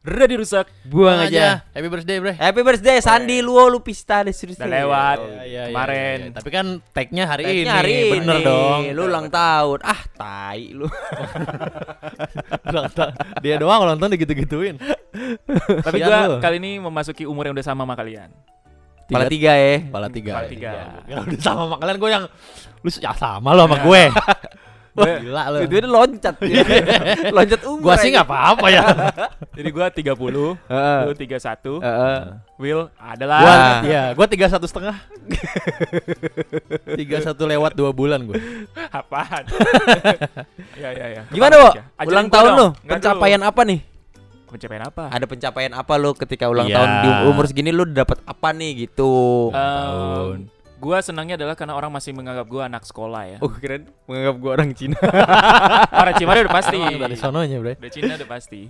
Ready rusak. Buang Buang aja. Happy birthday, Bre. Happy birthday Sandi Luo Lupista deh serius. Udah lewat. Iya, iya, Kemarin. iya, iya. Tapi kan tag-nya hari Tagnya ini. hari Bener ini. dong. Lu ulang tahun. Ah, tai lu. Ulang tahun. Dia doang ulang tahun digitu-gituin. Tapi Sian gua lu. kali ini memasuki umur yang udah sama sama kalian. Kepala tiga ya. Kepala tiga. Kepala tiga. Ya udah sama sama kalian gue yang lu ya sama lo sama gue. Wah, Gue- gila lu. Iya. Itu dia loncat. loncat umur. Gua sih aja. nggak apa-apa ya. Jadi gua 30, Heeh. lu 31, Heeh. Will Gua adalah ya, gua tiga satu setengah. Tiga satu lewat dua bulan gue. apaan? ya ya ya. Gimana, Wo? Ulang tahun lu pencapaian apa nih? pencapaian apa? Ada pencapaian apa lu ketika ulang Iya. tahun di umur segini lu dapat apa nih gitu? tahun. Ehm, gua senangnya adalah karena orang masih menganggap gua anak sekolah ya. Oh, keren menganggap gua orang Cina. Para Cimari udah pasti. Dari sononya, Bre. Udah Cina udah pasti.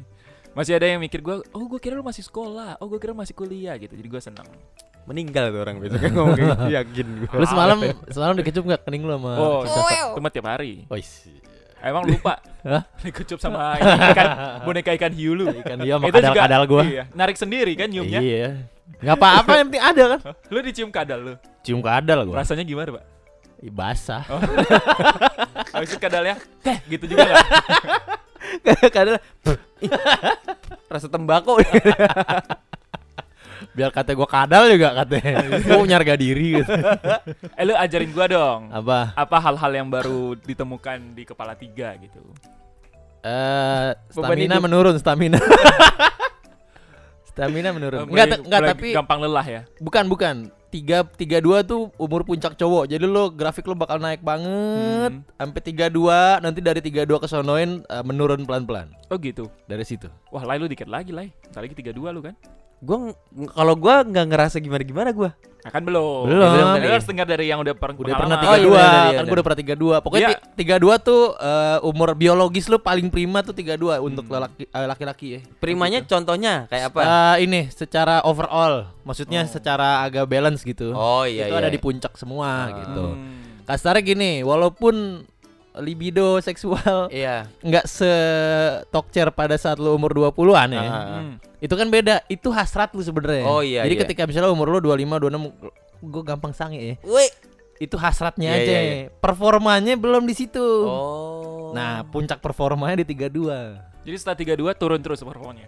Masih ada yang mikir gua, oh gua kira lu masih sekolah, oh gua kira lu masih kuliah gitu. Jadi gua senang. Meninggal tuh orang besok kan ngomong kayak gitu, yakin gua. Lu semalam semalam dikecup nggak kening lu sama Oh, Cipta? cuma tiap hari. Wih, si- Emang lupa. Hah? Dikecup sama ini ikan, boneka ikan hiu lu. Ikan dia sama kadal-kadal gua. Iya, narik sendiri kan nyiumnya. Iya. Gak apa-apa yang penting ada kan. Lu dicium kadal lu. Cium kadal gua. Rasanya gimana, Pak? Oh. Ih, Basah. Habis itu kadalnya teh gitu juga enggak? Kadang rasa tembakau. Biar kata gua kadal juga katanya. Gua punya harga diri gitu. eh lu ajarin gua dong. Apa? Apa hal-hal yang baru ditemukan di kepala tiga gitu. Eh, Beban stamina hidup. menurun, stamina. stamina menurun. Oh, Mulai- Enggak, enggak mulai tapi gampang lelah ya. bukan bukan. Tiga tiga dua tuh umur puncak cowok. Jadi lo grafik lo bakal naik banget Hmm. sampai tiga dua. Nanti dari tiga dua ke sonoin eh, menurun pelan pelan Oh gitu. dari situ. Wah, Lai lu dikit lagi, Lai. Entar lagi 32 lu kan? Gua ng- kalau gua nggak ngerasa gimana-gimana gua. Nah, kan belum. Belum. Iya. Lu harus dengar dari yang udah, per- Udah pengalaman. pernah Oh, tiga iya, dua, benar, iya, kan gue benar. udah pernah tiga dua. Pokoknya Iya. ti- tiga dua tuh eh, umur biologis lo paling prima tuh tiga dua untuk Hmm. lelaki- eh, laki-laki ya. Primanya contohnya kayak apa? Eh, ini secara overall, maksudnya secara agak balance gitu. Oh iya itu iya. ada di puncak semua gitu. Hmm. Kasarnya gini, walaupun libido seksual Iya. nggak setokcer pada saat lu umur 20-an ya. Ah. Hmm. Itu kan beda, itu hasrat lu sebenarnya. Oh, iya, Jadi iya. ketika misalnya umur lu 25, 26 gue gampang sange ya. Wih. Itu hasratnya Iya, aja. iya, Performanya belum di situ. Oh. Nah, puncak performanya di 32. Jadi setelah 32 turun terus performanya.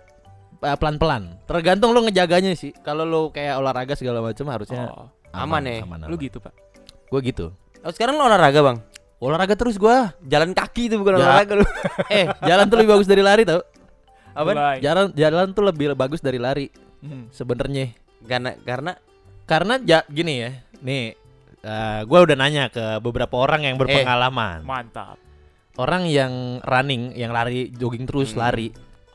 Eh, Pelan-pelan. Tergantung lu ngejaganya sih. Kalau lu kayak olahraga segala macam harusnya Oh, aman ya. lu gitu, Pak. Gue gitu. Oh, sekarang lo olahraga, Bang. Olahraga terus gua. Jalan kaki itu Ya. bukan olahraga lu. eh, jalan tuh lebih bagus dari lari tau. Apa? Mulai. Jalan jalan tuh lebih bagus dari lari Hmm. sebenarnya. Karena karena Karena ja- gini ya. Nih, eh, gua udah nanya ke beberapa orang yang berpengalaman. Mantap. orang yang running, yang lari jogging terus Hmm. lari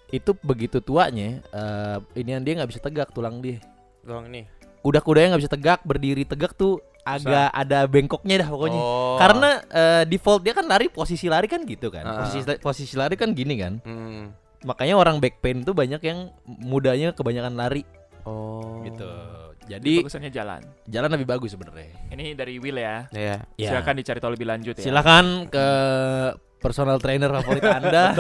itu begitu tuanya eh inian dia nggak bisa tegak tulang dia. doang nih. Kuda-kudanya nggak bisa tegak, berdiri tegak tuh agak ada bengkoknya dah pokoknya. Oh. Karena eh, default dia kan lari posisi lari kan gitu kan. Ah. Posisi posisi lari kan gini kan. Hmm. Makanya orang back pain tuh banyak yang mudanya kebanyakan lari Oh. gitu. Di Jadi fokusannya jalan. jalan lebih bagus sebenarnya. Ini dari Will ya. Iya. Silakan dicari tahu lebih lanjut ya. Silakan ke personal trainer favorit Anda.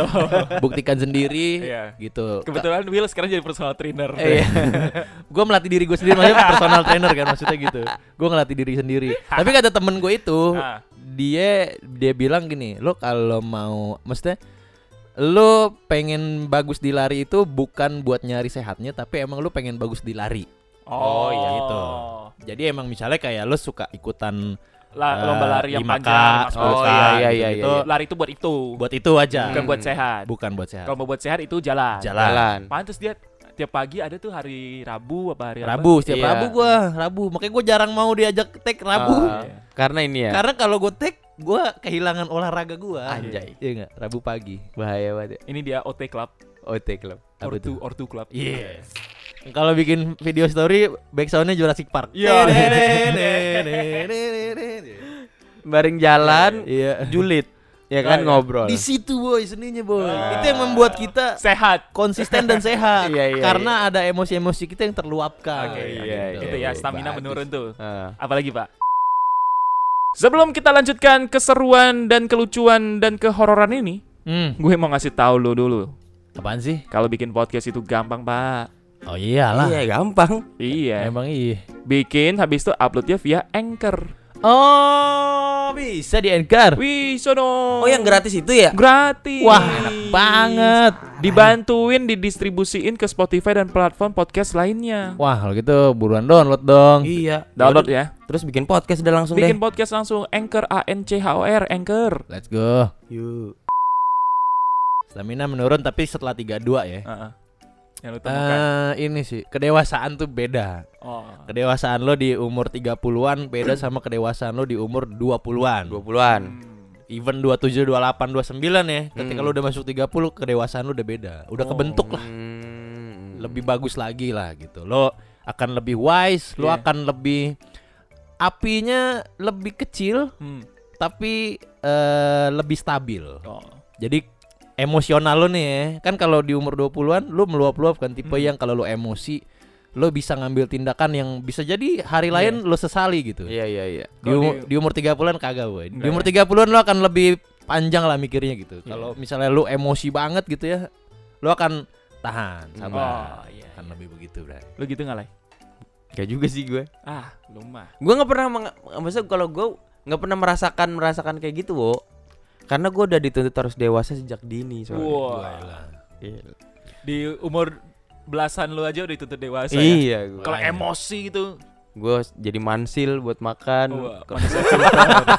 Buktikan sendiri Iya. gitu. Kebetulan Will sekarang jadi personal trainer. Eh, gue melatih diri gue sendiri maksudnya personal trainer kan maksudnya gitu. Gue ngelatih diri sendiri. Tapi kata temen gue itu, Ah. dia dia bilang gini, lo kalau mau, maksudnya lo pengen bagus di lari itu bukan buat nyari sehatnya, tapi emang lo pengen bagus di lari. Oh, Oh, iya, gitu. Jadi emang misalnya kayak lo suka ikutan La- lomba eh, lari yang 5K, panjang, 10K, Oh, iya, iya, gitu-gitu. iya, iya. Lari itu buat itu. gitu. Buat itu aja, Bukan buat sehat. bukan buat sehat. Kalau mau buat sehat itu jalan. Jalan. Jalan. Pantes dia tiap pagi ada tuh hari Rabu apa hari apa? Rabu setiap Iya. Rabu gua, Rabu. Makanya gua jarang mau diajak tag Rabu. Ah, Karena ini ya. Karena kalau gua tag gua kehilangan olahraga gua. Anjay. Iya enggak? Rabu pagi. Bahaya banget. ya. Ini dia OT Club, OT Oh, Club. Apa Ortu tuh? Ortu Club. Yes. Kalau bikin video story backsoundnya Jurassic Park. Iya. Bareng jalan, Iya. julid. Ya Oh, kan iya. ngobrol. Di situ boy seninya boy. Ah. Itu yang membuat kita Sehat. konsisten dan sehat. Iya, iya, Karena ada emosi-emosi kita yang terluapkan. Oke, Gitu. iya, iya. Itu Ah, ya stamina Bagus. menurun tuh. Ah. Apalagi Pak? Sebelum kita lanjutkan keseruan dan kelucuan dan kehororan ini, Hmm, gue mau ngasih tahu lo dulu. apaan sih? Kalau bikin podcast itu gampang, Pak. Oh iyalah. Iya gampang. Iya. Emang iya. Bikin habis itu uploadnya via Anchor. Oh, bisa di anchor. Wih, sono. Oh yang gratis itu ya? gratis. Wah, enak banget. Dibantuin didistribusiin ke Spotify dan platform podcast lainnya. Wah, kalau gitu buruan download dong. Iya. Download ya. Terus bikin podcast udah langsung Bikin deh. podcast langsung Anchor A N C H O R Anchor. Let's go. Yuk. Stamina menurun tapi setelah 32 ya. Heeh. Yang lu temukan. Eh ini sih, kedewasaan tuh beda. oh. Kedewasaan lo di umur 30-an beda sama kedewasaan lo di umur 20-an. 20-an. Even 27, 28, 29 ya. Ketika Hmm. lo udah masuk 30, kedewasaan lo udah beda. Udah Oh. kebentuk lah. Hmm. Lebih bagus lagi lah gitu. Lo akan lebih wise, lo Iya. akan lebih apinya lebih kecil Hmm. tapi eh, lebih stabil. Oh. Jadi emosional lo nih ya. Kan kalau di umur 20-an lo meluap-luap kan tipe Hmm. yang kalau lo emosi lo bisa ngambil tindakan yang bisa jadi hari Iya. lain lo sesali gitu. Iya iya iya. Di, Kalau ya. umu- di umur 30-an kagak, boy. Di Enggak umur 30-an lo akan lebih panjang lah mikirnya gitu. Iya. Kalau misalnya lo emosi banget gitu ya, lo akan tahan, sabar. Oh, iya, Akan lebih begitu, Bray. Lu gitu nggak, Lai? Gak juga sih gue. Ah, lu mah. Gue nggak pernah meng- maksudnya kalau gue nggak pernah merasakan merasakan kayak gitu, wo. Karena gue udah dituntut harus dewasa sejak dini soalnya. ya Iya. Wah. Di umur belasan lu aja udah dituntut dewasa ya. Iya, gue. Kalau Makanya. emosi gitu. gue jadi mansil buat makan. Wah, Kalau- manusia cinta.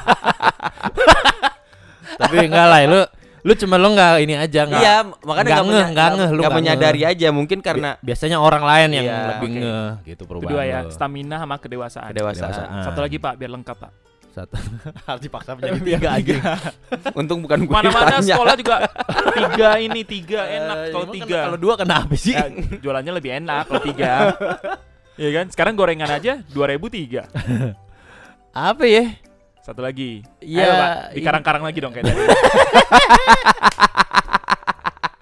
Tapi enggak lah, lo lo cuma lo enggak ini aja enggak. Iya, makanya Nggak nggak ngeh, menya- nggak ngeh, lu nggak nggak menyadari aja mungkin karena Biasanya orang lain yang Iya, lebih oke. ngeh gitu perubahan. Ah. Kedua ya, lo. stamina sama kedewasaan. kedewasaan. Satu lagi, Pak, biar lengkap, Pak. Satu. Harus dipaksa menjadi tiga aja. Untung bukan gue Mana-mana ditanya. sekolah juga tiga ini tiga enak Eh, kalau emang tiga. kena- Kalau dua kenapa sih? Ya, jualannya lebih enak kalau tiga. Iya kan? Sekarang gorengan aja 2003. Apa ya? Satu lagi. Ya, Ayo, Pak, ini- dikarang-karang lagi dong kayaknya.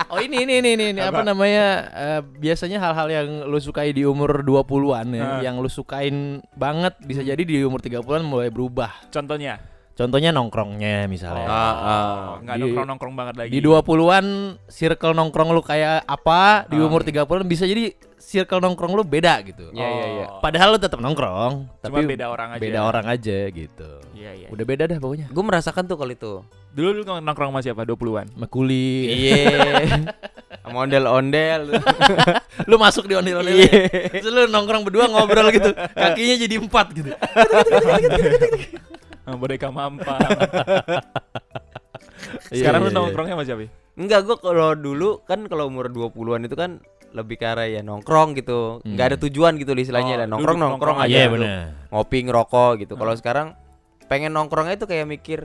Oh ini ini ini ini, ini. apa Apa? namanya eh, biasanya hal-hal yang lu sukai di umur 20-an ya, Ah. yang lu sukain banget bisa Hmm. jadi di umur 30-an mulai berubah. Contohnya. Contohnya nongkrongnya misalnya. Ah, ah. Oh, nggak Di- nongkrong-nongkrong banget lagi. Di 20-an circle nongkrong lu kayak apa, di Ah. umur 30-an bisa jadi circle nongkrong lu beda gitu. Iya, iya, iya. Oh, Padahal lu tetap nongkrong, Cuma tapi beda orang aja. beda orang aja gitu. Iya, iya. Udah beda dah pokoknya. Gue merasakan tuh kalau itu. Dulu lu nongkrong sama siapa? 20-an. Mekuli. Iya. Sama ondel-ondel. lu masuk di ondel ondel terus lu nongkrong berdua ngobrol gitu kakinya jadi empat gitu Sama Boneka mampang. Iya, Sekarang lu nongkrongnya sama siapa? Enggak, gue kalau dulu kan kalau umur 20-an itu kan lebih ke arah ya nongkrong gitu. Hmm. Enggak ada tujuan gitu loh istilahnya Oh, lah. Nongkrong duduk nongkrong, nongkrong aja. iya Hmm. aja. dulu. benar Ngopi ngerokok gitu. Kalau sekarang pengen nongkrongnya itu kayak mikir,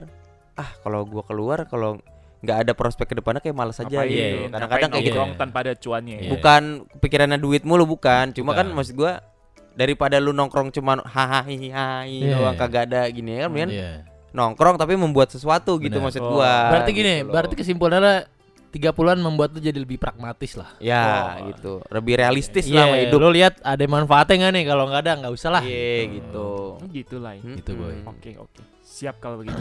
ah kalau gua keluar kalau nggak ada prospek ke depannya kayak males aja iya, Ngapain gitu. iya. Kadang-kadang kayak gitu. nongkrong tanpa ada cuannya. Iya. Bukan pikirannya duit mulu bukan, cuma kan Bukan. maksud gua daripada lu nongkrong cuman hahaha hihi Iya. doang kagak ada gini ya kan mendingan Iya. nongkrong tapi membuat sesuatu gitu Benar. maksud Oh. gua. berarti gitu gini loh. berarti kesimpulannya 30-an membuat lu jadi lebih pragmatis lah Ya Oh. gitu, lebih realistis lah Iya, sama hidup. lu lihat ada manfaatnya nggak nih kalau nggak ada nggak usah lah Iya gitu. Hmm. Oh, Gitu lah. ya. Gitu, Boy. Mm-mm. Oke, oke. Siap kalau begitu.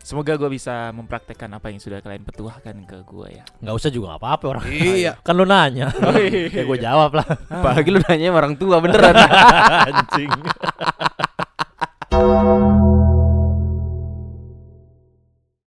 Semoga gue bisa mempraktekkan apa yang sudah kalian petuahkan ke gue ya. nggak usah juga nggak apa-apa orang Iya. kan lu nanya Oh, iya. ya gue jawab lah Ah, Apalagi lu nanya sama orang tua beneran. anjing